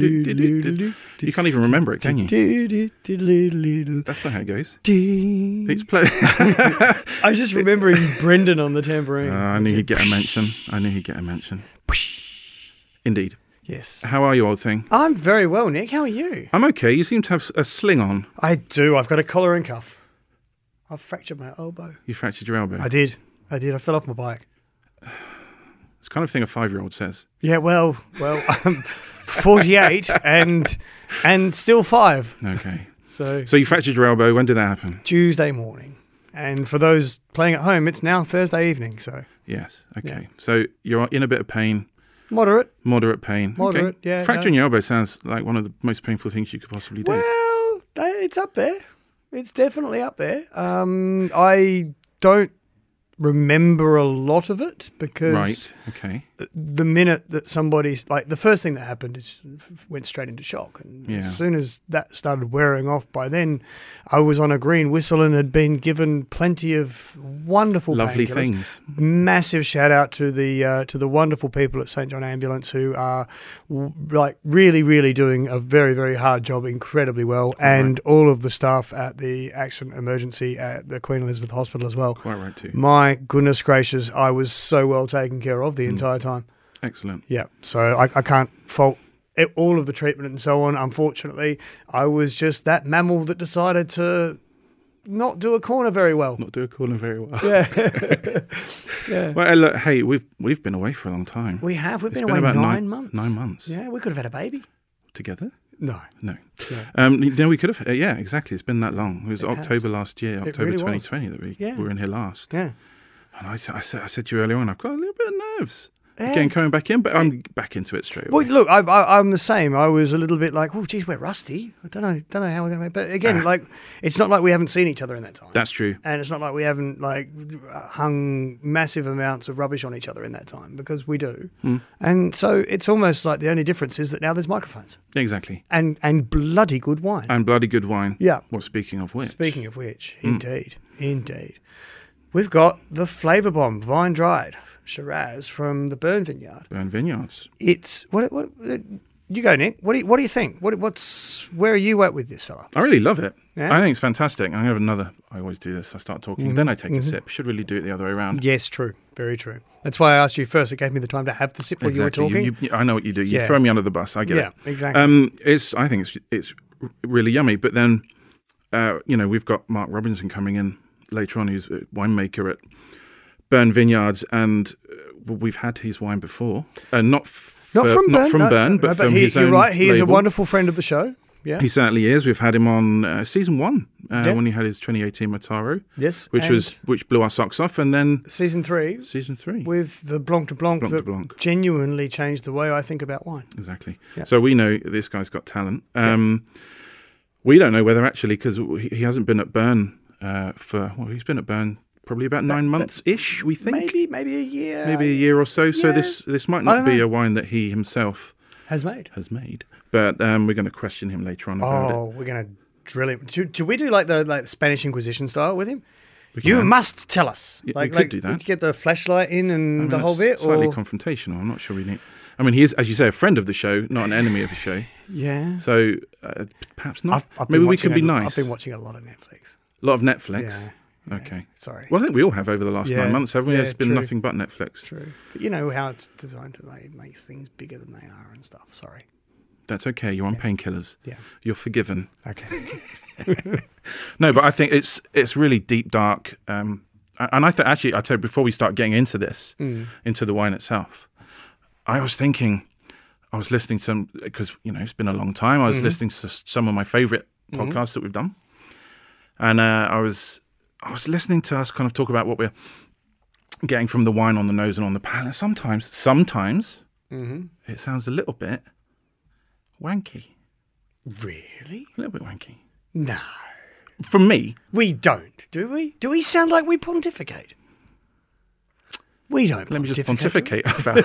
You can't even remember it, can you? That's not how it goes. It's play. I was just remembering Brendan on the tambourine. Ah, I knew he'd get a mention. I knew he'd get a mention. Indeed. Yes. How are you, old thing? I'm very well, Nick. How are you? I'm okay. You seem to have a sling on. I do. I've got a collar and cuff. I've fractured my elbow. You fractured your elbow. I did. I did. I fell off my bike. It's the kind of thing a five-year-old says. Yeah, well, well, I'm 48 and and still five. Okay. So, So you fractured your elbow. When did that happen? Tuesday morning. And for those playing at home, it's now Thursday evening. So Yes. Okay. So you're in a bit of pain, moderate. moderate pain. Okay. Moderate, yeah, Fracturing your elbow sounds like one of the most painful things you could possibly do. Well, that- it's up there. It's definitely up there. Um, I don't remember a lot of it because right. Okay. the minute that somebody's like the first thing that happened is went straight into shock and Yeah. as soon as that started wearing off by then i was on a green whistle and had been given plenty of wonderful Lovely painkillers. things. massive shout out to the uh, to the wonderful people at st john ambulance who are w- like really really doing a very very hard job incredibly well and all of the staff at the accident emergency at the queen elizabeth hospital as well Quite right too. my goodness gracious, I was so well taken care of the entire time. Excellent. Yeah, so I, I can't fault it, all of the treatment and so on. Unfortunately, I was just that mammal that decided to not do a corner very well. Not doing calling very well. Yeah, Well, hey, look, hey, we've we've been away for a long time. we have. We've It's been away nine, months. Nine months Yeah, we could have had a baby. together. No, No. Um, no, we could have. Uh, yeah, exactly. It's been that long. It was has. October last year, October really was. 2020 that we Yeah. we were in here last. yeah, And I, s- I said, I said to you earlier on, I've got a little bit of nerves. Yeah. Again, coming back in, but I'm back into it straight away. Well, look, I, I, I'm the same. I was a little bit like, oh, geez, we're rusty. I don't know, don't know how we're going to make. But again, like, it's not like we haven't seen each other in Ah. that time. That's true. and it's not like we haven't like hung massive amounts of rubbish on each other in that time because we do and so it's almost like the only difference is that now there's microphones Exactly. and and bloody good wine And bloody good wine. Yeah. Well, speaking of which. speaking of which indeed indeed we've got the flavor bomb vine dried shiraz from the burn vineyard Burn Vineyards. it's what what uh, you go nick what do you, what do you think what what's where are you at with this fella I really love it. Yeah? I think it's fantastic. I have another. I always do this. I start talking, then I take Mm-hmm. a sip. Should really do it the other way around. yes true very true that's why i asked you first it gave me the time to have the sip while you were talking you- I know what you do. You Yeah. throw me under the bus. I get Yeah, it. exactly. Um, it's. I think it's. It's really yummy. But then, uh, you know, we've got Mark Robinson coming in later on, who's a winemaker at Burn Vineyards, and uh, we've had his wine before, and not. f- Not for- from not Bern, from no, Bern, no, but from he, his you're own right. He is a label. wonderful friend of the show. Yeah. He certainly is. We've had him on uh, season one uh, Yeah. when he had his 2018 Mataro, yes. which and was which blew our socks off, and then season three season three. with the Blanc de Blanc, Blanc de that Blanc. genuinely changed the way I think about wine. Exactly. Yeah. So we know this guy's got talent. Um, We don't know whether actually because he he hasn't been at Bern uh, for well, he's been at Bern probably about nine months ish. We think Maybe, maybe a year. Maybe a year or so. So Yeah. this this might don't not be know. a wine that he himself has made. has made, but um, we're going to question him later on about it. Oh, we're gonna drill him. Should, should we do like the like Spanish Inquisition style with him? You must tell us. Yeah, we like, could like do that. we could get the flashlight in and I mean, the whole that's bit, slightly or confrontational. I'm not sure we need. I mean, he is, as you say, a friend of the show, not an enemy of the show. yeah. So uh, p- perhaps not. I've- I've been Maybe we watching could be a- nice. I've been watching a lot of Netflix. A lot of Netflix. Yeah, Okay. Sorry. Well, I think we all have over the last Yeah, nine months, haven't we? yeah, it's been true. nothing but Netflix. True. But you know how it's designed to like it makes things bigger than they are and stuff. Sorry. That's okay. You're on painkillers. Yeah. You're forgiven. Okay. No, but I think it's it's really deep, dark. Um, a- and I think actually, I tell you, before we start getting into this, into the wine itself, I was thinking, I was listening to some because you know it's been a long time. I was listening to s- some of my favorite podcasts that we've done, and uh, I was I was listening to us kind of talk about what we're getting from the wine on the nose and on the palate. Sometimes, sometimes it sounds a little bit wanky, really? a little bit wanky No. from me. We don't, do we? Do we sound like we pontificate? We don't. Let me just pontificate. pontificate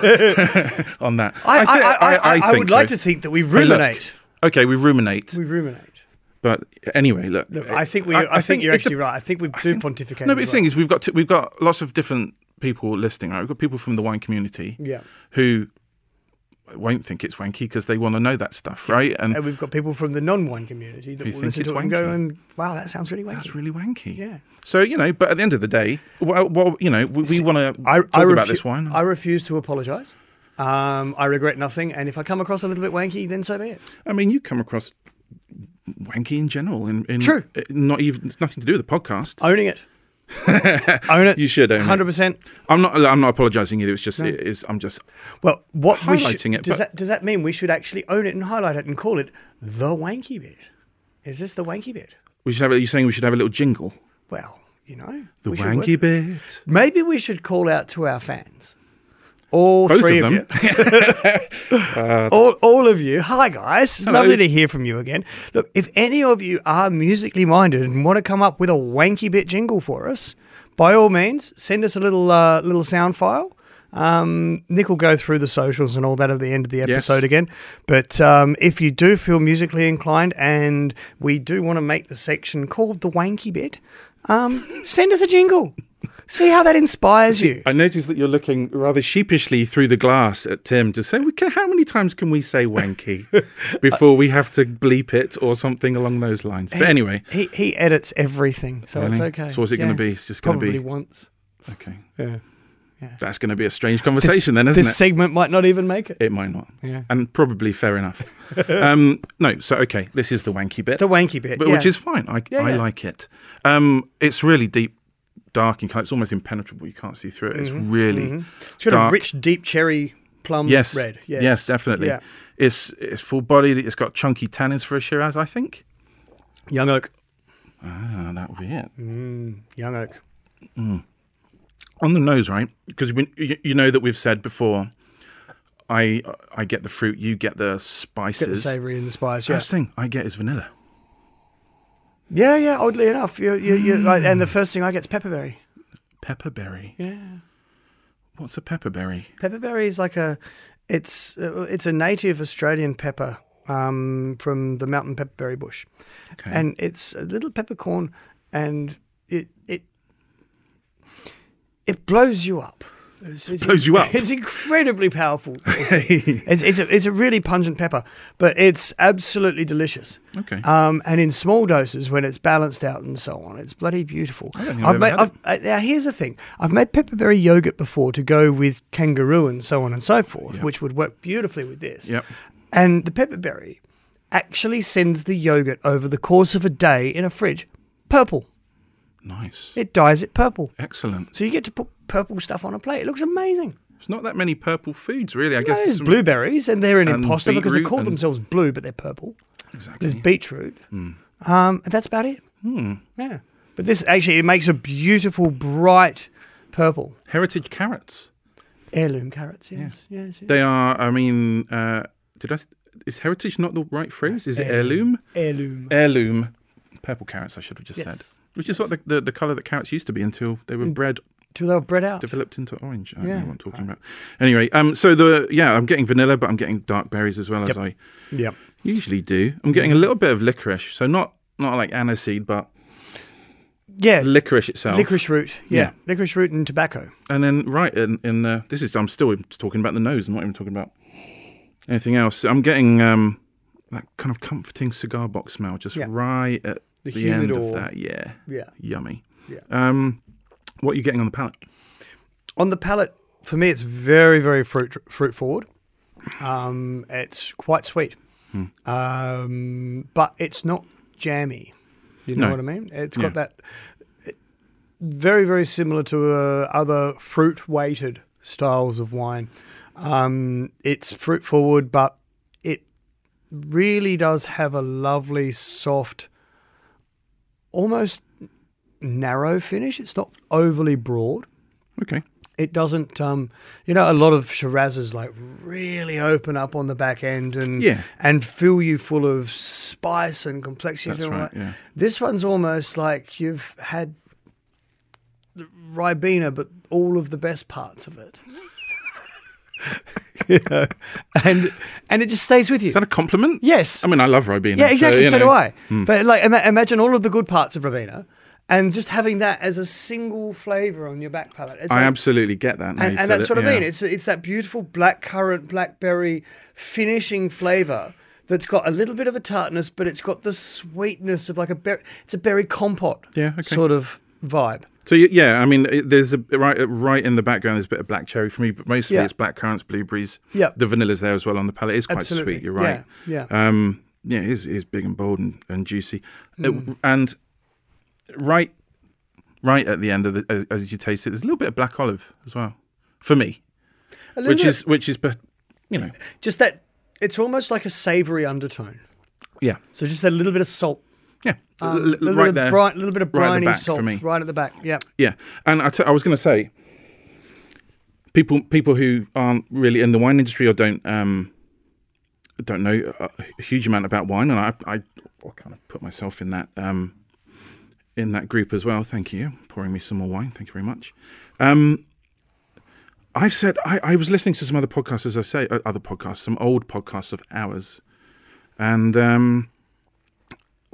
about on that. I, I, thi- I, I, I, would think like so. to think that we Hey, look. ruminate. okay, we ruminate. we ruminate. But anyway, look. Look, it- I think we. I, think, you're it's a- actually right. I think we do pontificate. No, but the as thing is, we've got to, we've got lots of different people listening. Right, we've got people from the wine community well. yeah, who won't think it's wanky because they want to know that stuff, right? And and we've got people from the non-wine community that will Who think listen it's to it and go, wanky. "And wow, that sounds really wanky." that's really wanky. yeah. So you know, but at the end of the day, well, well you know, we, we want to I, talk I about refu- this wine. I refuse to apologise. Um, I regret nothing, and if I come across a little bit wanky, then so be it. I mean, you come across wanky in general. In, in True. uh, Not even it's nothing to do with the podcast. Owning it, own it. You should own it. Hundred percent. I'm not. I'm not apologising either. It's just. It is. I'm just. Well, what we should- Highlighting it, does but- that does that mean we should actually own it and highlight it and call it the wanky bit? Is this the wanky bit? We should have. You're saying we should have a little jingle. Well, you know, The we should work- wanky bit. Maybe we should call out to our fans. All Both three of of, them. you. All, all of you. Hi, guys. It's Hello. lovely to hear from you again. Look, if any of you are musically minded and want to come up with a wanky bit jingle for us, by all means, send us a little uh, little sound file. Um, Nick will go through the socials and all that at the end of the episode again. But um, if you do feel musically inclined and we do want to make the section called the wanky bit, um, send us a jingle. See how that inspires you. I noticed that you're looking rather sheepishly through the glass at Tim to say, "We ca- "How many times can we say wanky before we have to bleep it or something along those lines?" Eh. But anyway, He, he edits everything, so it's Really? okay. So what's it going to be? It's just going to Probably be once. okay. Yeah. That's going to be a strange conversation, then, isn't this it? segment might not even make it. It might not. Yeah. And probably fair enough. um, no, so okay, this is the wanky bit. The wanky bit, But, yeah. Which is fine. I, I yeah. like it. Um, it's really deep, dark, and kind of- it's almost impenetrable. You can't see through it. It's Mm-hmm. really. It's got a dark. rich, deep cherry plum Yes. red. Yes, Yes, definitely. Yeah. It's it's full bodied. It's got chunky tannins for a Shiraz, I think. Young oak. Ah, that would be it. Mm. Young oak. On the nose, right? Because you, you know that we've said before. I I get the fruit. You get the Get the spices. savoury and the spice. Yeah. First thing I get is vanilla. yeah, yeah. Oddly enough, you, you, you, right, and the Hmm. first thing I get is pepperberry. Pepperberry. Yeah, What's a pepperberry? pepperberry is like a, it's uh, it's a native Australian pepper um, from the mountain pepperberry bush. Okay. and it's a little peppercorn, and it it it blows you up. It's, it's- Blows you up? It's incredibly powerful. it's it's a, it's a really pungent pepper, but it's absolutely delicious. Okay. Um, and in small doses, when it's balanced out and so on, it's bloody beautiful. I don't think I've ever had I've, uh, now here's the thing: I've made pepperberry yogurt before to go with kangaroo and so on and so forth, which would work beautifully with this. Yep. And the pepperberry actually sends the yogurt over the course of a day in a fridge purple. Nice. It dyes it purple. Excellent. So you get to put purple stuff on a plate. It looks amazing. It's not that many purple foods, really. I guess There's some- blueberries, and they're an and imposter because they beetroot call and- themselves blue, but they're purple. There's Exactly. beetroot. Um, and that's about it. Yeah. But this actually it makes a beautiful, bright purple Heritage carrots. heirloom carrots. Yes, yes, yes. They are. I mean, uh, did I? s- Is heritage not the right phrase? Is it heirloom? heirloom. Heirloom. Purple carrots. I should have just Yes. said. Which is what the, the, the color that carrots used to be until they were bred Till they were bred out. developed into orange. I don't Yeah. know what I'm talking about. Anyway, um, so the yeah, I'm getting vanilla, but I'm getting dark berries as well as I Yep. usually do. I'm getting a little bit of licorice, so not not like aniseed, but Yeah. licorice itself. Licorice root. yeah. Yeah. Licorice root and tobacco. And then right in, in the this is I'm still talking about the nose. I'm not even talking about anything else. I'm getting um, that kind of comforting cigar box smell just Yeah. right at The the, end humidor. of that. Yeah, Yeah. yummy. Yeah. Um, what are you getting on the palate? on the palate, for me, it's very, very fruit fruit forward. Um, it's quite sweet, Hmm. um, but it's not jammy. You know No. what I mean? It's Yeah. got that very, very similar to uh, other fruit weighted styles of wine. Um, it's fruit forward, but it really does have a lovely, soft, almost narrow finish. It's not overly broad Okay. it doesn't um you know a lot of shirazes like really open up on the back end and Yeah. and fill you full of spice and complexity and That's all right, that. yeah. this one's almost like you've had the ribena but all of the best parts of it you know, and and it just stays with you. Is that a compliment? yes. I mean, I love Robina. yeah, exactly. you So, do know. Hmm. I. But like, ima- imagine all of the good parts of Rabina, and just having that as a single flavor on your back palate. It's I like- absolutely get that. and, now you and said that's it, what I yeah. mean. It's it's that beautiful black currant, blackberry finishing flavor that's got a little bit of a tartness, but it's got the sweetness of like a berry. It's a berry compote, Yeah, okay. sort of vibe. So y- yeah, I mean, it, there's a right uh, right in the background. There's a bit of black cherry for me, but mostly Yeah. it's black currants, blueberries. Yeah. the vanilla's there as well on the palate. It's quite Absolutely. sweet. You're right. Yeah, Um, yeah, it is, it is big and bold and, and juicy, Uh, Mm. and right, right at the end of the as, as you taste it, there's a little bit of black olive as well for me, A little which bit- is which is but you know just that. It's almost like a savory undertone. yeah So just a little bit of salt, yeah a L- l- Um, little, right bit there of brine, little bit of right at the briny back for salt me. right at the back. Yeah, Yeah, and I, t- I was going to say, people people who aren't really in the wine industry or don't um, don't know a a huge amount about wine, and I, I I kind of put myself in that um, in that group as well. Thank you, pouring me some more wine. Thank you very much. Um, I've said I, I was listening to some other podcasts, as I say, uh, other podcasts, some old podcasts of ours, and. Um,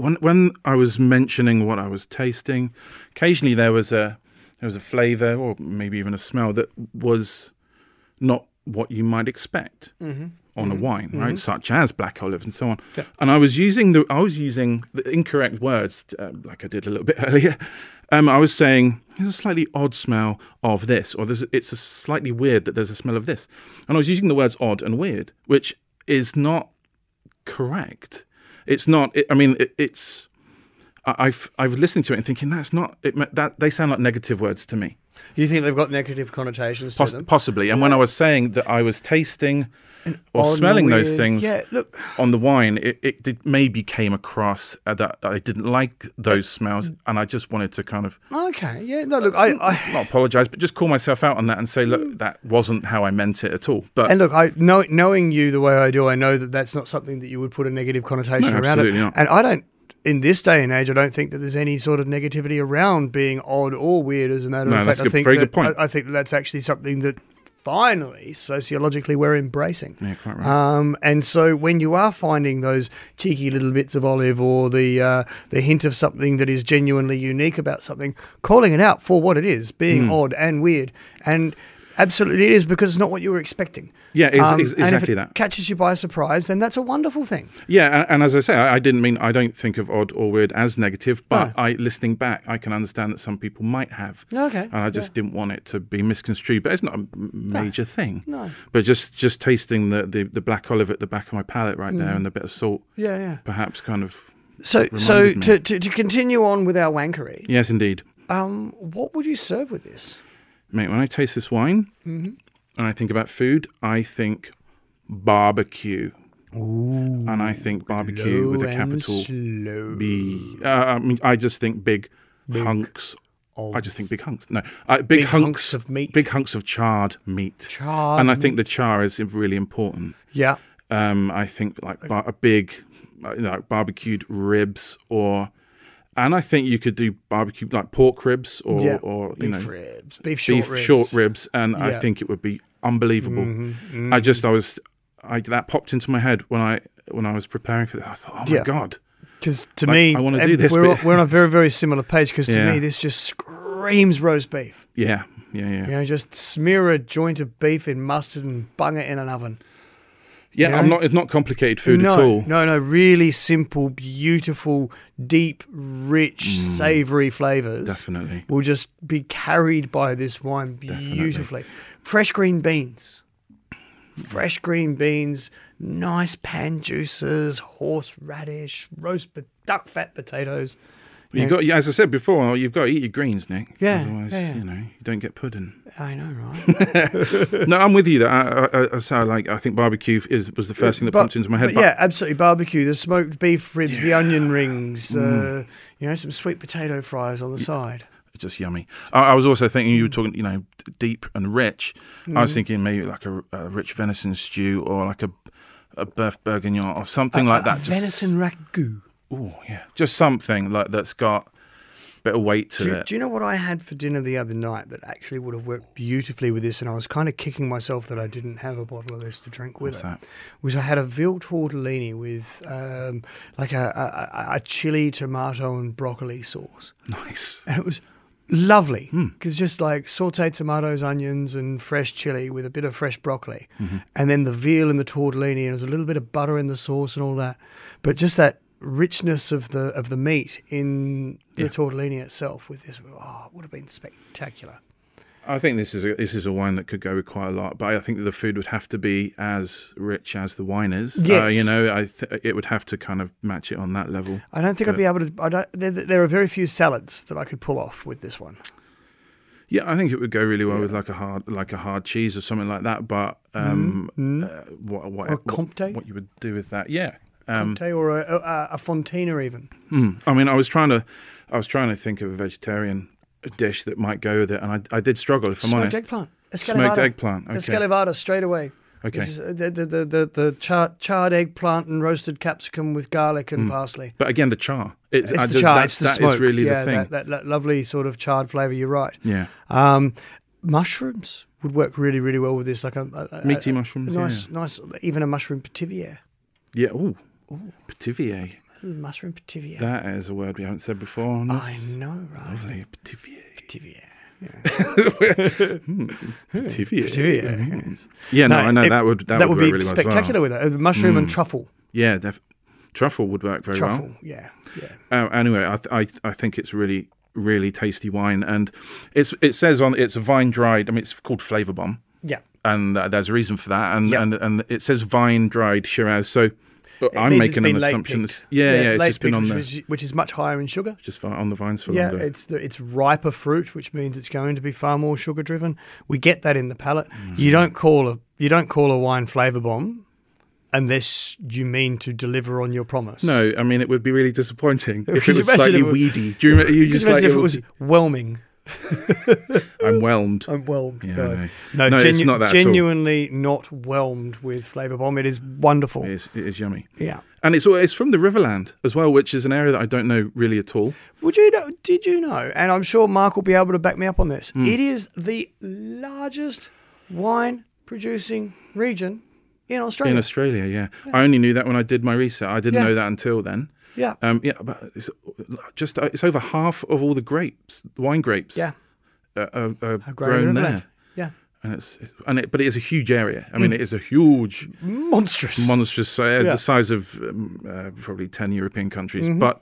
when when I was mentioning what I was tasting, occasionally there was a there was a flavour or maybe even a smell that was not what you might expect on a wine, right? Such as black olive and so on. And I was using the I was using the incorrect words, uh, like I did a little bit earlier. Um, I was saying there's a slightly odd smell of this, or there's, it's a slightly weird that there's a smell of this, and I was using the words odd and weird, which is not correct. It's not. It, I mean, it, it's. I, I've I've listened to it and thinking that's not. It, ma- that they sound like negative words to me, you think they've got negative connotations to Poss- them? possibly. And when I was saying that I was tasting or Odd and smelling those weird. things Yeah, look, on the wine, it, it did maybe came across uh, that I didn't like those smells, and I just wanted to kind of okay, yeah, no, look, I, I not apologize, but just call myself out on that and say, Mm. look, that wasn't how I meant it at all. But And look, I know, knowing you the way I do, I know that that's not something that you would put a negative connotation No, around it. absolutely not. And I don't, in this day and age, I don't think that there's any sort of negativity around being odd or weird. As a matter No, of fact, that's I good- think very that, good point. I, I think that that's actually something that finally sociologically we're embracing. yeah, quite right. Um, and so when you are finding those cheeky little bits of olive or the uh, the hint of something that is genuinely unique about something, calling it out for what it is, being Hmm. odd and weird, and absolutely it is because it's not what you were expecting. Yeah, ex- Um, ex- and if exactly it that. Catches you by surprise, then that's a wonderful thing. Yeah, a- and as I say, I I didn't mean I don't think of odd or weird as negative, but I listening back, I can understand that some people might have. Okay, And I just didn't want it to be misconstrued, but it's not a m- major thing. No. But just just tasting the, the the black olive at the back of my palate right Mm. there and the bit of salt, Yeah, yeah. perhaps kind of. So, reminded so me. to, to, to continue on with our wankery, Yes, indeed, um, what would you serve with this? mate. When I taste this wine, Mm-hmm. and I think about food, I think barbecue. and I think barbecue with a Low and capital slow. be. Uh, I mean, I just think big, hunks. I just think big hunks. No, I, big, Big hunks, hunks of meat. Big hunks of charred meat. Charred and I think the char is really important. Yeah. Um, I think like bar- a big, uh, you know, like barbecued ribs or, and I think you could do barbecue like pork ribs or yeah. or you beef know ribs, beef short beef ribs. short ribs, and Yeah. Mm-hmm. I think it would be unbelievable. I just I was I that popped into my head when I when I was preparing for that. I thought, oh my Yeah. god. Because to Like, me, I wanna and do this, We're, but- we're on a very, very similar page. Because to Yeah. me, this just screams roast beef. Yeah, yeah, yeah. You Yeah, know, just smear a joint of beef in mustard and bung it in an oven. I'm know? not. It's not complicated food no, at all. no, no. Really simple, beautiful, deep, rich, savoury flavours. Mm. Definitely. will just be carried by this wine beautifully. Fresh green beans. Fresh green beans, nice pan juices, horseradish, roast pot- duck fat potatoes. You got, yeah, as I said before, you've got to eat your greens, Nick. Yeah, Otherwise, yeah, yeah. you know, you don't get pudding. I know, right? no, I'm with you. That I, I, I, so like, I think barbecue is was the first thing that popped into my head. But, yeah, absolutely barbecue. The smoked beef ribs, the onion rings, Mm. uh, you know, some sweet potato fries on the side. it's just yummy. I, I was also thinking you were talking, you know, d- deep and rich. I Mm. was thinking maybe like a, a rich venison stew or like a a bœuf bourguignon or something like A that. Just, venison ragu. Oh yeah, just something like that's got bit of weight to Do, you- it. do you know what I had for dinner the other night that actually would have worked beautifully with this? And I was kind of kicking myself that I didn't have a bottle of this to drink with What's it. that? Was I had a veal tortellini with um, like a, a, a- a chili, tomato, and broccoli sauce. Nice. And it was lovely because just like sauteed tomatoes, onions, and fresh chili with a bit of fresh broccoli. And then the veal and the tortellini, and there's a little bit of butter in the sauce and all that. But just that richness of the of the meat in the tortellini itself with this oh it would have been spectacular I think this is a, this is a wine that could go with quite a lot, but I think that the food would have to be as rich as the wine is. Uh, Yes. you know, I th- it would have to kind of match it on that level. i don't think i'd be able to i don't there, there are very few salads that i could pull off with this one Yeah, I think it would go really well with like a hard like a hard cheese or something like that. But um, uh, what what, Mm-hmm. Or a what- Comté? what you would do with that? Yeah. Um, Comté or a, a, a fontina even mm. I mean, I was trying to I was trying to think of a vegetarian dish that might go with it, and I, I did struggle if I'm smoked honest. eggplant Smoked Escalivada. eggplant. Okay. Escalivada straight away. Okay. This is, uh, The, the, the, the, the char- charred eggplant and roasted capsicum with garlic Mm. and parsley. But again, the char. It, It's the char, it's the smoke. really yeah, the thing. That, that, that lovely sort of charred flavour, you're right. yeah. Um, mushrooms would work really, really well with this. Like a, a- a- Meaty a- mushrooms, uh, Nice, nice, even a mushroom petivier. Yeah. Ooh. Petivier. Mushroom petivier. That is a word we haven't said before. On I this. know, right? Lovely. Petivier. Petivier. Petivier. Petivier. yes. Yeah, no, No, Mm-hmm. I know it- that would that, That would would, be work really well Mm. as well. spectacular with it. Uh, the Mushroom and truffle. Yeah, def- truffle would work very Truffle, well. yeah. yeah. Uh, anyway, I, th- I th- I think it's really really tasty wine, and it's it says on it's vine dried. I mean, it's called Flavor Bomb, Yeah. and uh, there's a reason for that. And Yep. and and it says vine dried Shiraz, so but I'm means it's making an been late assumption. picked. that- Yeah, yeah, it's late just been picked, on which, the was- which is much higher in sugar. just fi- on the vines for Yeah, longer. it's the, it's riper fruit, which means it's going to be far more sugar driven. We get that in the palate. Mm-hmm. You don't call a you don't call a wine flavor bomb unless you mean to deliver on your promise. No, I mean it would be really disappointing if Could it you was imagine slightly it would- weedy. Do you remember? You Could just you imagine like, if it was Oh. whelming. I'm whelmed. I'm whelmed. Yeah, I no. know. No, No, it's genu- not that at all. genuinely not whelmed with flavor bomb. It is wonderful. It is, it is yummy, Yeah. and it's all- it's from the Riverland as well, which is an area that I don't know really at all. Would you know? Did you know? And I'm sure Mark will be able to back me up on this. Hmm. It is the largest wine producing region in Australia. In Australia, yeah. I only knew that when I did my research. I didn't Yeah. know that until then. yeah. Um, yeah, but it's just uh, it's over half of all the grapes, the wine grapes, yeah. are, are, are Greater grown Riverland. there. Yeah. And it's, it's- and it, but it is a huge area. Mm. I mean, it is a huge, Monstrous. monstrous, uh, Yeah. Mm-hmm. the size of um, uh, probably ten European countries. But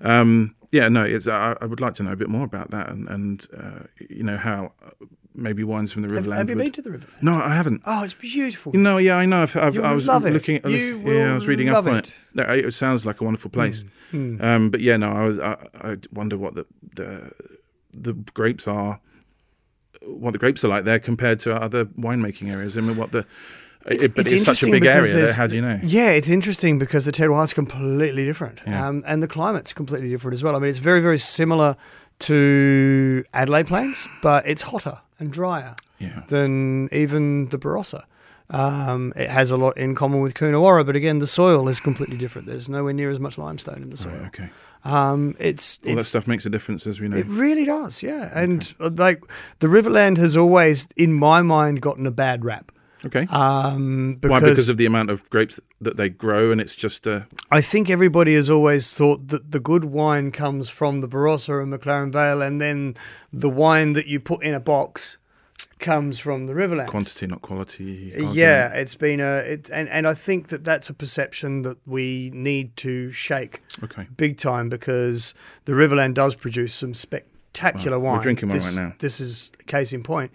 um, yeah, no, it's, I, I would like to know a bit more about that and and uh, you know how uh, maybe wines from the have, Riverland. have you would- been to the river? No, I haven't. Oh, it's beautiful. No, yeah, I know. I've, I've, You I will was love it. looking. at- You yeah, will I was reading love up on it. Hmm. it. No, It, sounds like a wonderful place. Um, but yeah, no, I was. I, I wonder what the, the the grapes are, what the grapes are like there compared to other winemaking areas. I mean, what the It's- it, but it's it's, such a interesting big because area. That, there's- how do you know? Yeah, it's interesting because the terroir is completely different, Yeah. um, and the climate's completely different as well. I mean, it's very, very similar to Adelaide Plains, but it's hotter and drier. Yeah, than even the Barossa. Um, it has a lot in common with Coonawarra, but again, the soil is completely different. There's nowhere near as much limestone in the soil. Right, okay. Um, it's, All that it's stuff makes a difference, as we know. it really does, yeah. And uh like the Riverland has always, in my mind, gotten a bad rap. okay. Um, Why? because, Because of the amount of grapes that they grow, and it's just uh, I think everybody has always thought that the good wine comes from the Barossa and McLaren Vale, and then the wine that you put in a box comes from the Riverland. quantity, not quality. Uh, Yeah, argument. it's been a it, and and I think that that's a perception that we need to shake Okay. big time because the Riverland does produce some spectacular Well, we're wine. drinking one this, right now. Mm-hmm. This is case in point.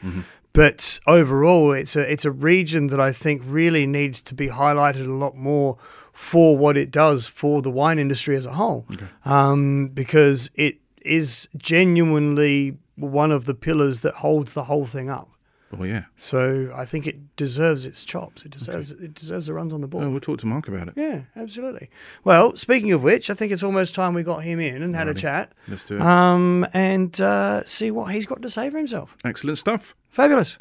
But overall, it's a it's a region that I think really needs to be highlighted a lot more for what it does for the wine industry as a whole, um, because it is genuinely one of the pillars that holds the whole thing up. Well, yeah. So I think it deserves its chops. It deserves it deserves the runs on the board. Oh, we'll talk to Mark about it. Yeah, absolutely. Well, speaking of which, I think it's almost time we got him in and had a chat. Let's do it. Um, and uh, see what he's got to say for himself. Excellent stuff. Fabulous.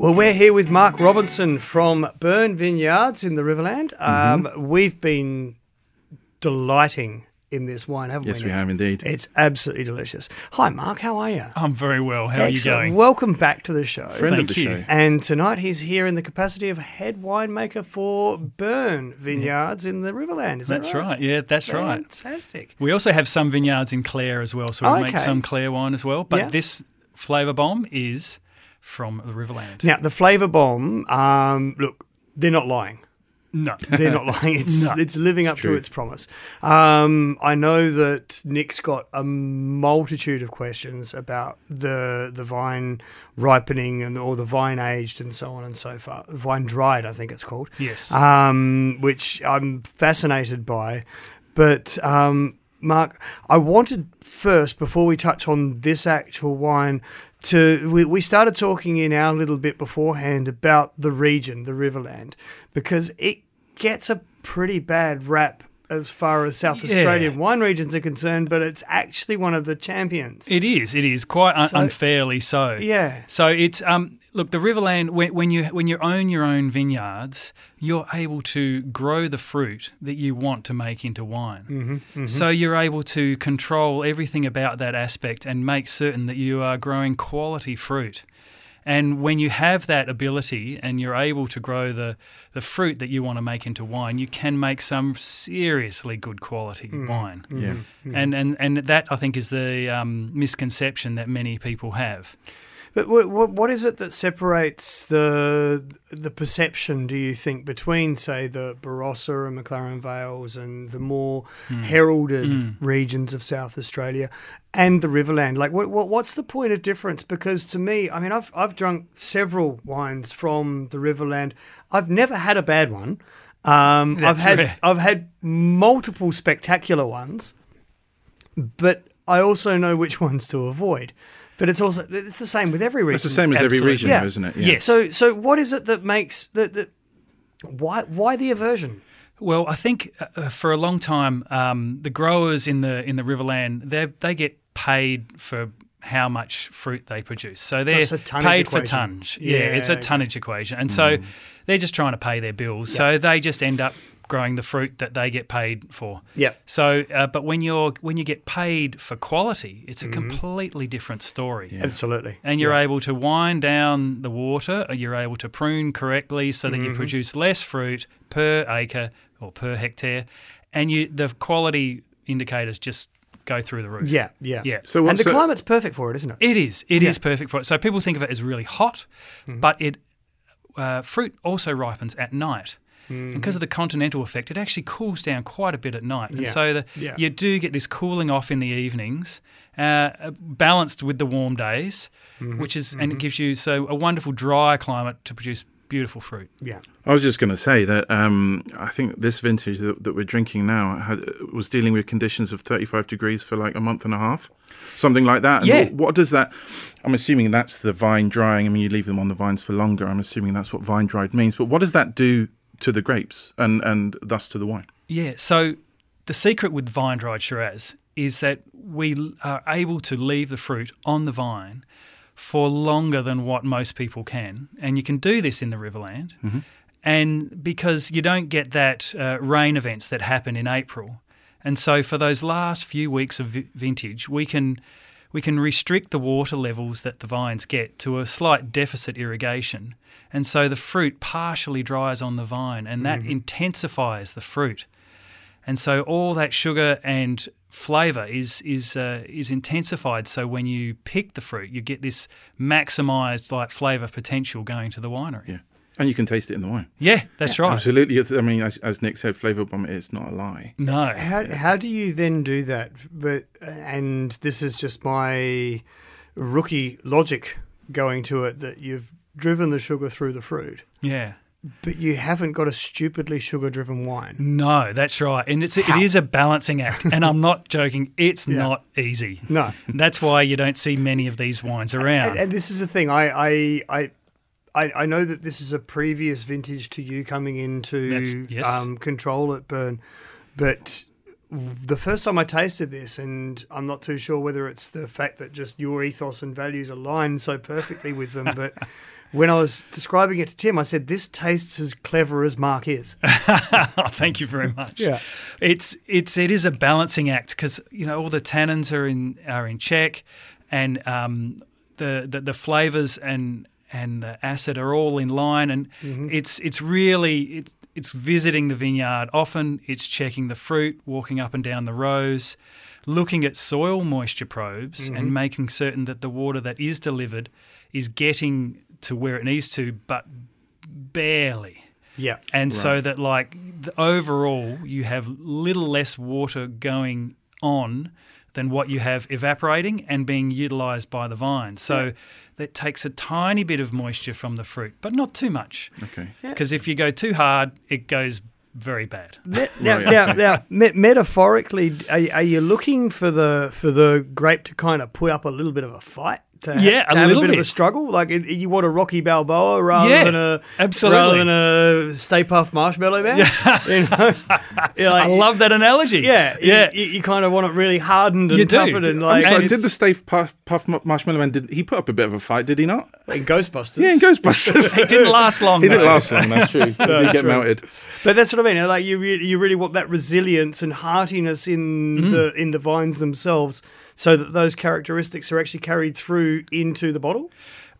Well, we're here with Mark Robinson from Burn Vineyards in the Riverland. Mm-hmm. Um, We've been delighting in this wine, haven't Yes, we? we Nick? have indeed. It's absolutely delicious. Hi, Mark. How are you? I'm very well. How Excellent. are you going? Welcome back to the show. Friend thank of the you. show. And tonight he's here in the capacity of head winemaker for Burn Vineyards in the Riverland. Is That's that right? right. Yeah, that's right. Fantastic. We also have some vineyards in Clare as well, so we Okay. make some Clare wine as well. But Yeah. this flavour bomb is from the Riverland. Now the flavour bomb. Um, look, they're not lying. No. They're not lying. It's No. it's living up to its promise. Um, I know that Nick's got a multitude of questions about the the vine ripening and or the vine aged and so on and so far. Vine dried, I think it's called. Yes. um, which I'm fascinated by. But um, Mark, I wanted first, before we touch on this actual wine, to we, we started talking in our little bit beforehand about the region, the Riverland, because it gets a pretty bad rap as far as South Yeah. Australian wine regions are concerned, but it's actually one of the champions. It is. It is quite un- So- unfairly so. Yeah. So it's um look the Riverland when, when you when you own your own vineyards, you're able to grow the fruit that you want to make into wine. So you're able to control everything about that aspect and make certain that you are growing quality fruit. And when you have that ability and you're able to grow the, the fruit that you want to make into wine, you can make some seriously good quality wine. Yeah. And, and and that I think is the um, misconception that many people have. But what, what, what is it that separates the the perception, do you think, between say the Barossa and McLaren Vales and the more Hmm. heralded regions of South Australia and the Riverland? Like, what, what what's the point of difference? Because to me, I mean, I've I've drunk several wines from the Riverland. I've never had a bad one. Um, I've That's had rare. I've had multiple spectacular ones but I also know which ones to avoid. But it's also it's the same with every region. It's the same as every Absolutely. region, Yeah. though, isn't it? Yes. So so what is it that makes that that why why the aversion? Well, I think uh, uh, for a long time, um, the growers in the in the Riverland they they get paid for how much fruit they produce. So they're it's a tonnage paid for equation. tonnage. Yeah, it's a Yeah, okay. tonnage equation, and so they're just trying to pay their bills. So they just end up growing the fruit that they get paid for. Yep. So, uh, but when you're when you get paid for quality, it's a Mm-hmm. completely different story Absolutely. and you're able to wind down the water, or you're able to prune correctly so that you produce less fruit per acre or per hectare, and you the quality indicators just go through the roof. Yeah, yeah. yeah. So and what's the the- climate's perfect for it, isn't it? It is. It is perfect for it. So people think of it as really hot, Mm-hmm. but it uh, fruit also ripens at night. Mm-hmm. And because of the continental effect, it actually cools down quite a bit at night, and Yeah. so the, Yeah. you do get this cooling off in the evenings, uh, balanced with the warm days, Mm-hmm. which is and it gives you so a wonderful dry climate to produce beautiful fruit. Yeah. I was just going to say that um, I think this vintage that, that we're drinking now had, was dealing with conditions of 35 degrees for like a month and a half, something like that. And Yeah. What, what does that? I'm assuming that's the vine drying. I mean, you leave them on the vines for longer. I'm assuming that's what vine dried means. But what does that do to the grapes and and thus to the wine? Yeah. So the secret with vine dried Shiraz is that we l- are able to leave the fruit on the vine for longer than what most people can. And you can do this in the Riverland. And because you don't get that uh, rain events that happen in April. And so for those last few weeks of vi- vintage, we can. We can restrict the water levels that the vines get to a slight deficit irrigation. And so the fruit partially dries on the vine, and that intensifies the fruit and so all that sugar and flavor is is uh, is intensified. So when you pick the fruit, you get this maximized like flavor potential going to the winery. Yeah, Yeah. And you can taste it in the wine. that's right. Absolutely. It's- I mean, as, as Nick said, flavor bomb. It's not a lie. No, How, how do you then do that? But and this is just my rookie logic going to it that you've driven the sugar through the fruit, yeah. but you haven't got a stupidly sugar-driven wine. No, that's right, and it's it is a balancing act, and I'm not joking. It's not easy. No. that's why you don't see many of these wines around. And, and this is the thing. I, I, I, I I know that this is a previous vintage to you coming That's- into yes. um, control at Burn, but the first time I tasted this, and I'm not too sure whether it's the fact that just your ethos and values align so perfectly with them, but when I was describing it to Tim, I said, This tastes as clever as Mark is. Thank you very much. Yeah. It's it's it is a balancing act because you know all the tannins are in are in check, and um, the, the the flavors and and the acid are all in line, and it's it's really it's it's visiting the vineyard. Often it's checking the fruit, walking up and down the rows, looking at soil moisture probes, and making certain that the water that is delivered is getting to where it needs to, but barely Yeah. and so that like the overall you have little less water going on than what you have evaporating and being utilized by the vine so that takes a tiny bit of moisture from the fruit but not too much Okay. because if you go too hard it goes very bad Me- Now, Right. now, now me- metaphorically, are, are you looking for the for the grape to kind of put up a little bit of a fight? To ha- Yeah, to a have little a bit, of a bit. struggle. Like it- you want a Rocky Balboa rather Yeah, than a absolutely. rather than a Stay Puft Marshmallow Man. Yeah, you know? You're like- i love that analogy Yeah, you- yeah You, you kind of want it really hardened and You do. toughened and I'm like So And did it's- the Stave Puff, Puff Mu- Marshmallow Man? Did he put up a bit of a fight? Did he not? in Ghostbusters. Yeah, in Ghostbusters. it didn't last long he didn't though. last long. That's true. He did get melted. But that's what I mean. Like you, re- you really want that resilience and heartiness in the in the vines themselves, so that those characteristics are actually carried through into the bottle.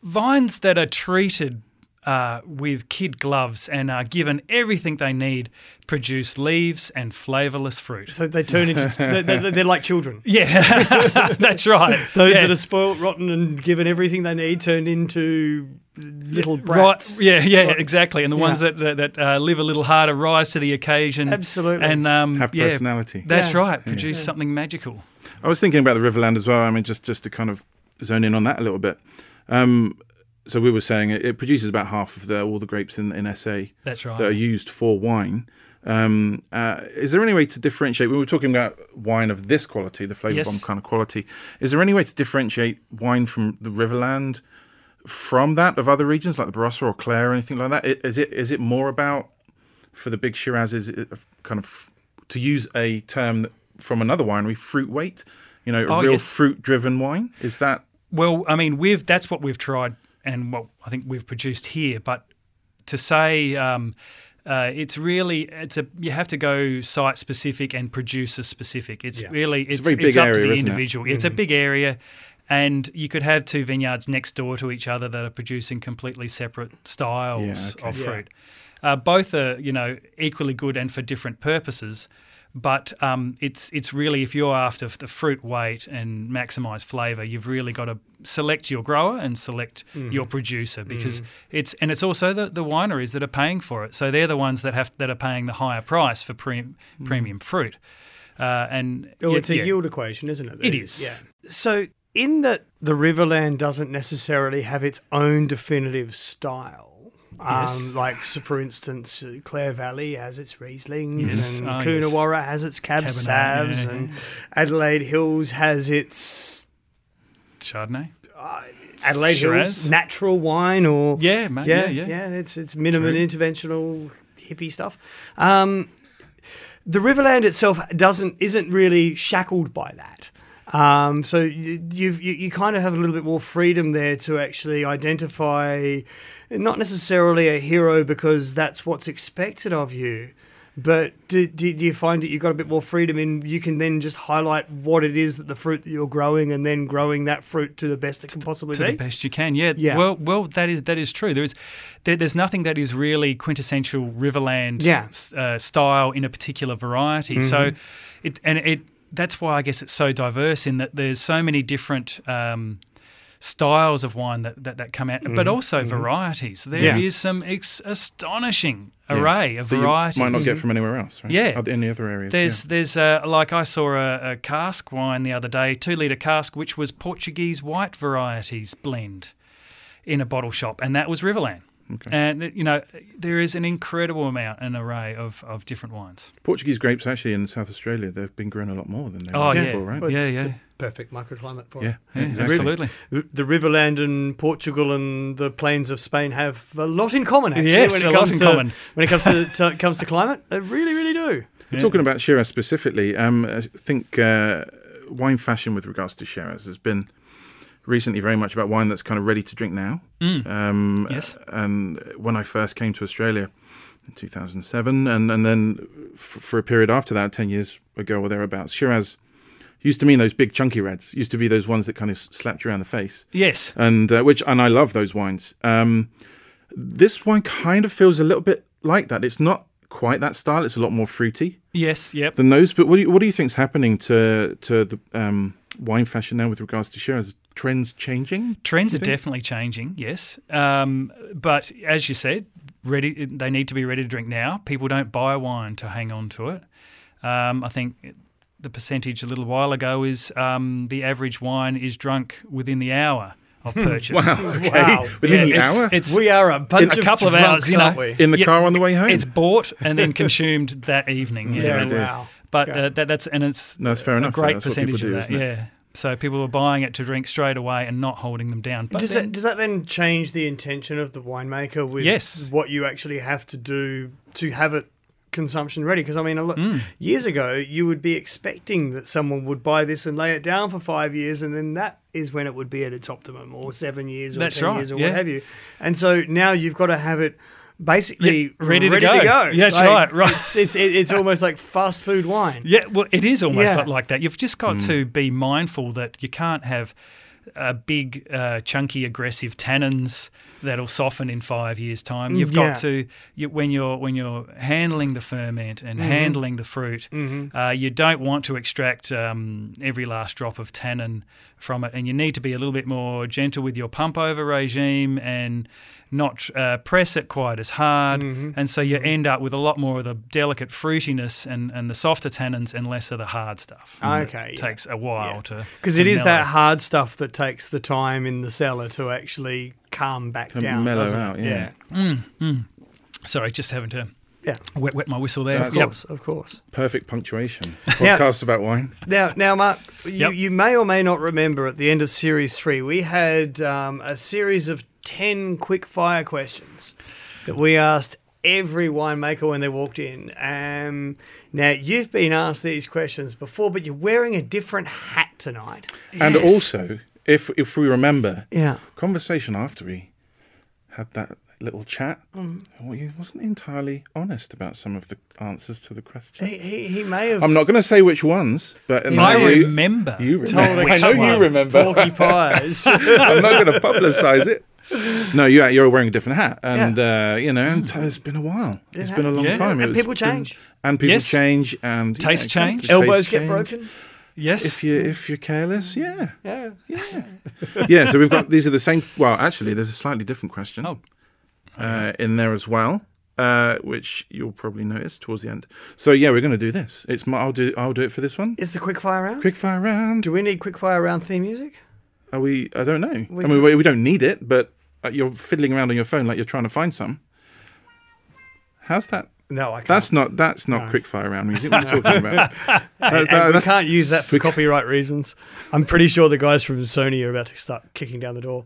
vines that are treated uh, with kid gloves and are given everything they need produce leaves and flavorless fruit So they turn into they're, they're, they're like children. Yeah, that's right. Those yeah. that are spoilt, rotten, and given everything they need turn into little right. brats. Yeah, yeah, exactly. And the ones that that, that uh, live a little harder rise to the occasion. Absolutely. And um, Have yeah, personality. That's Yeah. right. Produce something magical. I was thinking about the Riverland as well. I mean, just just to kind of zone in on that a little bit. Um, so we were saying it, it produces about half of the, all the grapes in, in SA That's right. that are used for wine. Um, uh, is there any way to differentiate? We were talking about wine of this quality, the flavour Yes. bomb kind of quality. Is there any way to differentiate wine from the Riverland from that of other regions like the Barossa or Clare or anything like that? I- Is it is it more about for the big Shiraz is it a- kind of to use a term that- from another winery, fruit weight? You know, a Oh, real yes. fruit-driven wine. Is that Well, I mean, we've that's what we've tried, and what I think we've produced here. But to say um, uh, it's really it's a you have to go site specific and producer specific. It's Yeah. really it's, very big up to area, the isn't it? Mm. individual. It's a big area. And you could have two vineyards next door to each other that are producing completely separate styles Yeah, okay. of Yeah. fruit. Uh, both are, you know, equally good and for different purposes. But um, it's it's really if you're after f- the fruit weight and maximise flavour, you've really got to select your grower and select Mm-hmm. your producer because it's and it's also the, the wineries that are paying for it. So they're the ones that have that are paying the higher price for pre- premium fruit. Uh, and Mm. Oh, yeah, it's a yeah. yield equation, isn't it? It is. Yeah. So in that the Riverland doesn't necessarily have its own definitive style. Um, Yes. like so for instance, uh, Clare Valley has its Rieslings, Yes. and Oh, yes. Coonawarra has its Cab Cabernet, Savs, yeah, and Adelaide Hills has its Chardonnay. Adelaide Hills Shiraz? natural wine or Yeah, mate. Yeah, yeah. it's it's minimum interventional hippie stuff. Um, the Riverland itself doesn't isn't really shackled by that. Um, so you, you've, you you kind of have a little bit more freedom there to actually identify, not necessarily a hero because that's what's expected of you, but do, do, do you find that you've got a bit more freedom in you can then just highlight what it is that the fruit that you're growing and then growing that fruit to the best it can possibly to be? the best you can. Yeah. Yeah. Well, well, that is that is true. There is there, there's nothing that is really quintessential Riverland Yeah. s- uh, style in a particular variety. So, it and it that's why I guess it's so diverse in that there's so many different. Um, Styles of wine that, that, that come out, but also varieties. There is Yeah. some ex- astonishing array of that you varieties. Mm-hmm. might not get from anywhere else? Right? Yeah. Are there any other areas? There's there's uh, like I saw a, a cask wine the other day, two liter cask, which was Portuguese white varieties blend in a bottle shop, and that was Riverland. And uh, you know there is an incredible amount, an array of, of different wines. yeah. Portuguese grapes actually in South Australia they've been grown a lot more than they Oh were yeah, before, right? Well, yeah, it's yeah, the perfect microclimate for Yeah, it. yeah, exactly. absolutely. R- The Riverland and Portugal and the plains of Spain have a lot in common. Actually, Yes, when it a lot comes in to, common. When it comes to, to comes to climate, they really, really do. We're Talking about Shiraz specifically, um, I think uh, wine fashion with regards to Shiraz has been recently very much about wine that's kind of ready to drink now. Um, Mm. Yes. And when I first came to Australia in 2007, and, and then f- for a period after that, 10 years ago or thereabouts, Shiraz used to mean those big chunky reds, used to be those ones that kind of s- slapped you around the face Yes. and uh, which and I love those wines. Um, this wine kind of feels a little bit like that. It's not quite that style. It's a lot more fruity Yes. Yep. than those. But what do you, what do you think's happening to to the um, wine fashion now with regards to Shiraz? Trends changing? Trends are definitely changing. Yes. Um, but as you said, ready. They need to be ready to drink now. People don't buy wine to hang on to it. Um, I think the percentage a little while ago is um, the average wine is drunk within the hour of purchase. Okay, Wow. within the it's, hour It's, we are a bunch a of couple of drunks, hours, you know. aren't we? in the yeah, car on the way home. it's bought and then consumed that evening. Yeah. Yeah, Yeah, I did. wow. But Yeah. uh, that, that's and it's No, it's fair a enough, though. great That's what people percentage do, of isn't that. it? Yeah. So people are buying it to drink straight away and not holding them down. But does then- that does that then change the intention of the winemaker with Yes. what you actually have to do to have it consumption ready? Because I mean, look, Mm. years ago you would be expecting that someone would buy this and lay it down for five years, and then that is when it would be at its optimum, or seven years, or That's ten right, years, or yeah. what have you. And so now you've got to have it. Basically Yeah, ready to go. Yeah, that's right, right. It's, it's it- it's almost like fast food wine. Yeah, well, it is almost Yeah. like, like that. You've just got to be mindful that you can't have a big, uh, chunky, aggressive tannins that'll soften in five years' time. You've Mm, yeah. got to you, when you're when you're handling the ferment and Mm-hmm. handling the fruit, uh, you don't want to extract um, every last drop of tannin from it, and you need to be a little bit more gentle with your pump over regime and not uh, press it quite as hard, Mm-hmm. and so you end up with a lot more of the delicate fruitiness and, and the softer tannins and less of the hard stuff. Ah, Okay, it yeah. takes a while to Because to it is mellow. that hard stuff that takes the time in the cellar to actually calm back To down, mellow doesn't it? out, yeah. Sorry, just having to yeah, yeah. wet wet my whistle there. Of Yep. course, of course. Perfect punctuation. Yeah. Podcast about wine. Now, now, Mark, you, Yep. you may or may not remember at the end of series three, we had um, a series of ten quick fire questions that we asked every winemaker when they walked in. Um, now, you've been asked these questions before, but you're wearing a different hat tonight. And also, if if we remember, Yeah. conversation after we had that little chat, well, he wasn't entirely honest about some of the answers to the questions. He, he, he may have I'm not going to say which ones, but in I that you- remember. You told remember. I know you someone, remember. Porky Pies. I'm not going to publicise it. No, you're you're wearing a different hat, and uh, you know, and t- it's been a while. It's been a long Yeah. time. It And was- people it's been- change. and people Yes. change, and you Tastes exactly, change. tastes Elbows get change. broken. yes. If you if you're careless, yeah, Yeah. yeah. So we've got these are the same. Well, actually, there's a slightly different question Oh. uh, in there as well, uh, which you'll probably notice towards the end. So yeah, we're going to do this. It's my, I'll do I'll do it for this one. Is the quick fire round? Quick fire round. Do we need quick fire round theme music? Are we? I don't know. I mean, we, we don't need it, but uh, you're fiddling around on your phone like you're trying to find some. How's that? No, I can't. That's not. That's not quick fire round music. What are you talking about? That- that- And we that's- can't use that for copyright reasons. I'm pretty sure the guys from Sony are about to start kicking down the door.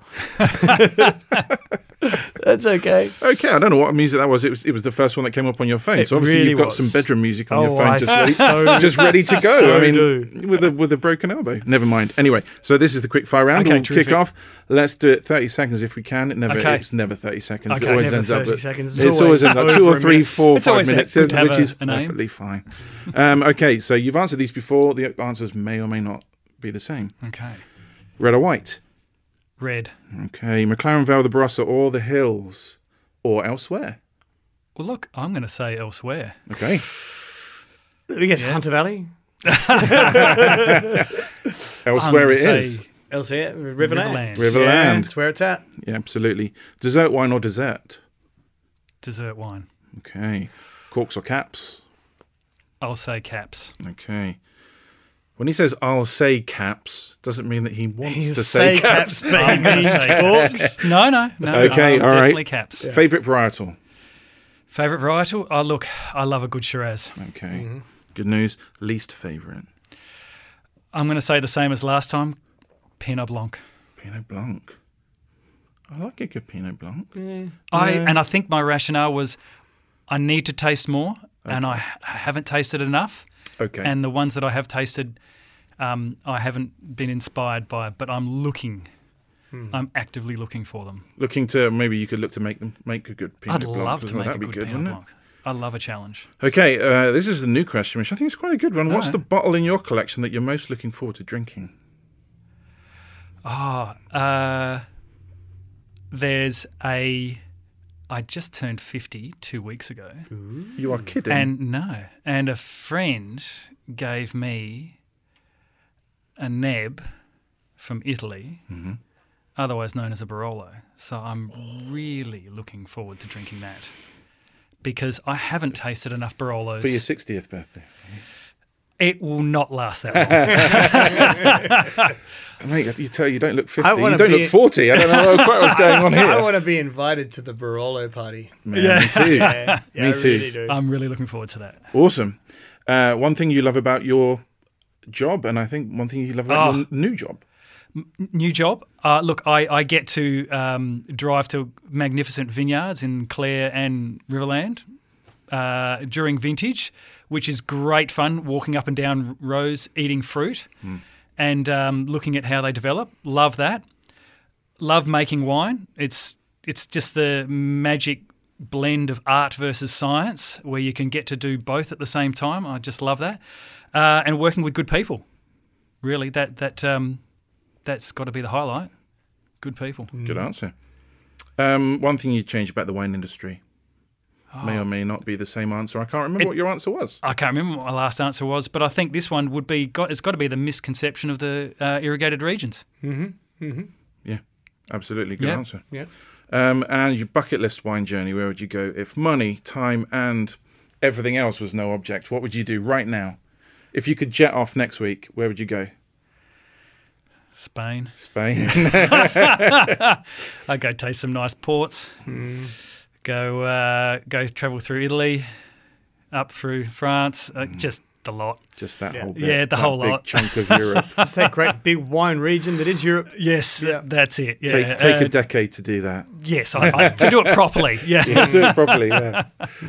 That's okay. okay, I don't know what music that was. It was. It was the first one that came up on your phone. It so obviously really you've got was. some bedroom music on Oh, your phone, I just, ready, so- just ready to go. so I mean, do. with a with a broken elbow. Never mind. Anyway, so this is the quick fire round. Okay, we'll terrific. kick off. Let's do it. Thirty seconds if we can. It never. Okay. It's never thirty seconds. It Okay. It's always never ends up. 30 at- seconds. It's It's, always always ends up over two a or three, minute. four, It's five always minutes, good to have which a- is an aim. perfectly fine. Um, okay, so you've answered these before. The answers may or may not be the same. okay. Red or white? Red. Okay, McLaren Vale, the Barossa, or the Hills, or elsewhere. Well, look, I'm going to say elsewhere. Okay. Let me guess Hunter Valley, I'm Elsewhere gonna it say is. LCA, Riverland. Riverlands. Riverland. Yeah, that's where it's at. Yeah, absolutely. Dessert wine or dessert? Dessert wine. Okay. Corks or caps? I'll say caps. Okay. When he says I'll say caps, doesn't mean that he wants He's to say, caps. but he gonna means say corks. No, no, no. Okay, I'm all right. definitely caps. Favorite varietal? Favorite varietal? Oh, look, I love a good Shiraz. Okay. Good news. Least favorite? I'm going to say the same as last time. Pinot Blanc. Pinot Blanc. I like a good Pinot Blanc. I and I think my rationale was, I need to taste more, and I h- haven't tasted enough. Okay. And the ones that I have tasted, um, I haven't been inspired by, but I'm looking Hmm. I'm actively looking for them. Looking to maybe you could look to make them make a good pinot I'd blanc. love as to well. make a That'd good, be good, Pinot wouldn't Blanc. I love a challenge. it? Okay, uh, this is a new question, which I think is quite a good one. What's Alright. the bottle in your collection that you're most looking forward to drinking? Oh, uh, there's a. I just turned 50 two weeks ago. You are kidding. And no, and a friend gave me a neb from Italy, Mm-hmm. otherwise known as a Barolo. So I'm really looking forward to drinking that because I haven't tasted enough Barolos. for your 60th birthday. It will not last that long. Mate, you tell you don't look 50. I You wanna don't be- look 40. I don't know quite what's going on I here. want to be invited to the Barolo party. Man, Me too. Yeah, Me I too. really do. I'm really looking forward to that. Awesome. Uh, one thing you love about your job, and I think one thing you love about Oh. your new job. new job. Uh, look, I, I get to um, drive to magnificent vineyards in Clare and Riverland uh, during vintage, which is great fun. Walking up and down rows, eating fruit, and um, looking at how they develop. Love that. Love making wine. It's it's just the magic blend of art versus science where you can get to do both at the same time. I just love that. Uh, and working with good people. Really, that that um, that's got to be the highlight. Good people. Good answer. Um, one thing you change about the wine industry may or may not be the same answer. I can't remember what your answer was. I can't remember what my last answer was, but I think this one would be. Got, it's got to be the misconception of the uh, irrigated regions. Yeah, absolutely good Yeah. answer. Yeah. Um, and your bucket list wine journey, where would you go if money, time, and everything else was no object? What would you do right now? If you could jet off next week, where would you go? Spain. Spain. I'd go taste some nice ports. Go uh, go travel through Italy, up through France. Uh, Just the lot. Just that whole bit, Yeah, the that whole big lot. chunk of Europe. It's that great big wine region that is Europe. Yes, uh, Yeah. that's it. Yeah. Take, take Uh, a decade to do that. yes, I, I, to do it properly. Yeah. do it properly. Yeah.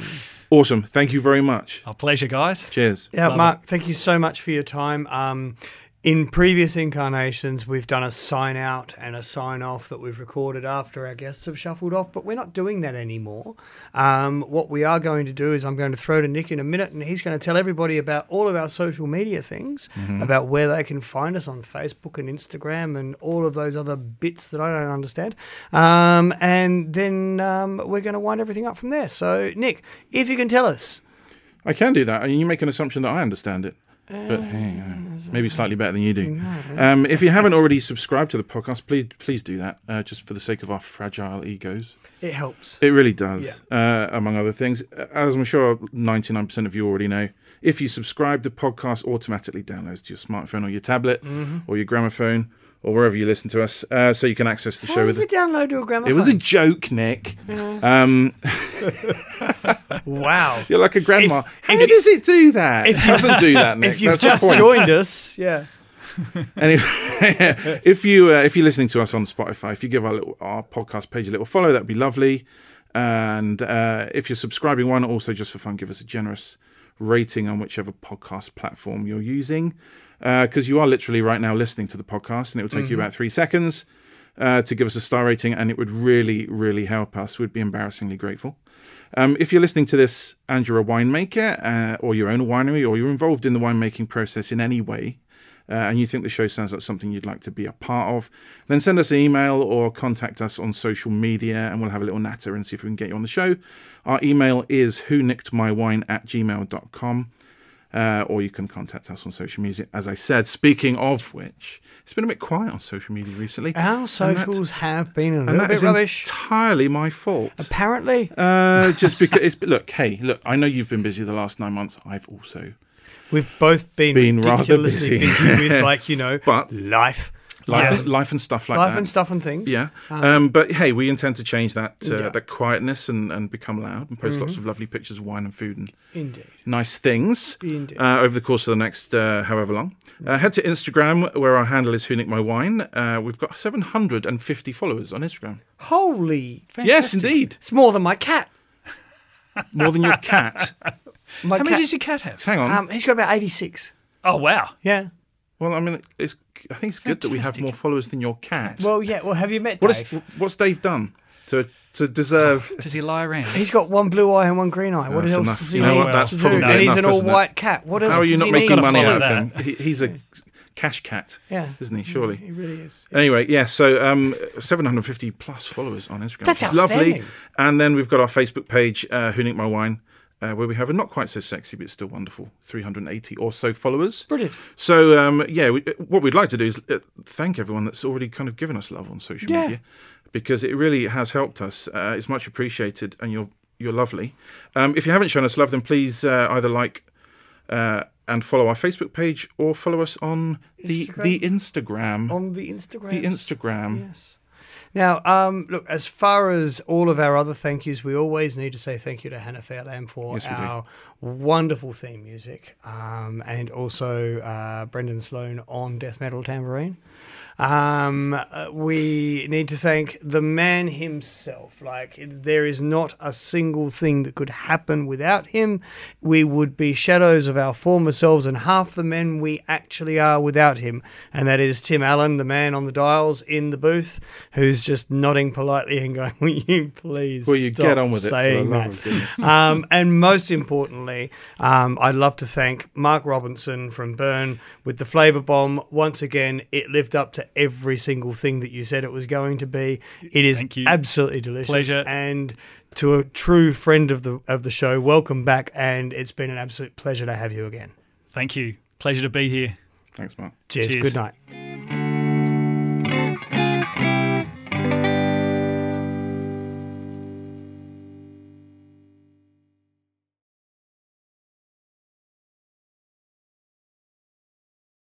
awesome. Thank you very much. A pleasure, guys. Cheers. Yeah, Love Mark, thank you so much for your time. Um, in previous incarnations, we've done a sign out and a sign off that we've recorded after our guests have shuffled off, but we're not doing that anymore. Um, what we are going to do is I'm going to throw to Nick in a minute and he's going to tell everybody about all of our social media things, about where they can find us on Facebook and Instagram and all of those other bits that I don't understand. Um, and then um, we're going to wind everything up from there. So, Nick, if you can tell us. I can do that. and You make an assumption that I understand it. But hey, uh, maybe slightly better than you do. Um, if you haven't already subscribed to the podcast, please please do that, uh, just for the sake of our fragile egos. It helps. It really does, uh, among other things. As I'm sure 99% of you already know, if you subscribe, the podcast automatically downloads to your smartphone or your tablet Mm-hmm. or your gramophone or wherever you listen to us, uh, so you can access the How show does with it download to a gramophone? It was a joke, Nick. Um, wow. you're like a grandma. If- How if you- does it do that? It doesn't do that, Nick. If you've That's the just point. joined us, yeah, And if, if you uh, if you're listening to us on Spotify, if you give our little, our podcast page a little follow, that'd be lovely. And uh, if you're subscribing one, also just for fun, give us a generous rating on whichever podcast platform you're using, because you are literally right now listening to the podcast, and it will take you about three seconds uh, to give us a star rating, and it would really, really help us. We'd be embarrassingly grateful. Um, if you're listening to this and you're a winemaker uh, or your own winery or you're involved in the winemaking process in any way, uh, and you think the show sounds like something you'd like to be a part of, then send us an email or contact us on social media and we'll have a little natter and see if we can get you on the show. Our email is who nicked my wine at gmail.com. Uh, or you can contact us on social media. As I said, speaking of which, it's been a bit quiet on social media recently. our And that- socials have been a and little that bit is rubbish. entirely my fault. Apparently, Uh, just because it's look, hey, look, I know you've been busy the last nine months. I've also we've both been, Been rather ridiculously busy. busy. with, like, you know, But- life, life, Yeah. and, life and stuff like life that. and stuff and things. Yeah. Um, but hey, we intend to change that uh, Yeah. Mm-hmm. that quietness and, and become loud and post lots of lovely pictures of wine and food and Indeed. nice things Indeed. uh, over the course of the next uh, however long. Uh, head to Instagram where our handle is Who Nicked My Wine. Uh, we've got 750 followers on Instagram. Holy, Yes, indeed. it's more than my cat. More than your cat. My How many cat. does your cat have? Hang on. um, he's got about eighty-six. Oh wow, Yeah. Well, I mean, it's. I think it's good that we have Fantastic. more followers than your cat. Well, yeah. Well, have you met what Dave? is, what's Dave done to to deserve? Does he lie around? He's got one blue eye and one green eye. What That's else enough. does he You know need what? That's to do? probably and he's enough, an isn't it? all-white cat. Oh. What else How are you does not he making need? money follow out of that. him? He, he's a cash cat, Yeah. isn't he? Surely. He really is. Anyway, yeah, so um, 750 plus followers on Instagram. That's which is lovely. outstanding. And then we've got our Facebook page, uh, Who Nicked My Wine, uh, where we have a not quite so sexy but still wonderful 380 or so followers. Brilliant. So, um, yeah, we, what we'd like to do is uh, thank everyone that's already kind of given us love on social Yeah. media because it really has helped us. Uh, it's much appreciated, and you're you're lovely. Um, if you haven't shown us love, then please uh, either like uh, and follow our Facebook page or follow us on the the Instagram. On the Instagram. the Instagram. Yes. Now, um, look, as far as all of our other thank yous, we always need to say thank you to Hannah Fairlamb for Yes, we do. our wonderful theme music um, and also uh, Brendan Sloan on Death Metal Tambourine. Um, uh, we need to thank the man himself. Like, there is not a single thing that could happen without him. We would be shadows of our former selves and half the men we actually are without him. And that is Tim Allen, the man on the dials in the booth, who's just nodding politely and going, Will you please Well, you stop get on with it. For the saying love that?" of goodness. um, and most importantly, um, I'd love to thank Mark Robinson from Burn with the flavour bomb. Once again, it lived up to every single thing that you said it was going to be. It is Thank you. absolutely delicious. Pleasure. And to a true friend of the of the show, welcome back, and it's been an absolute pleasure to have you again. Thank you. Pleasure to be here. Thanks, Mark. Cheers. Cheers. Good night.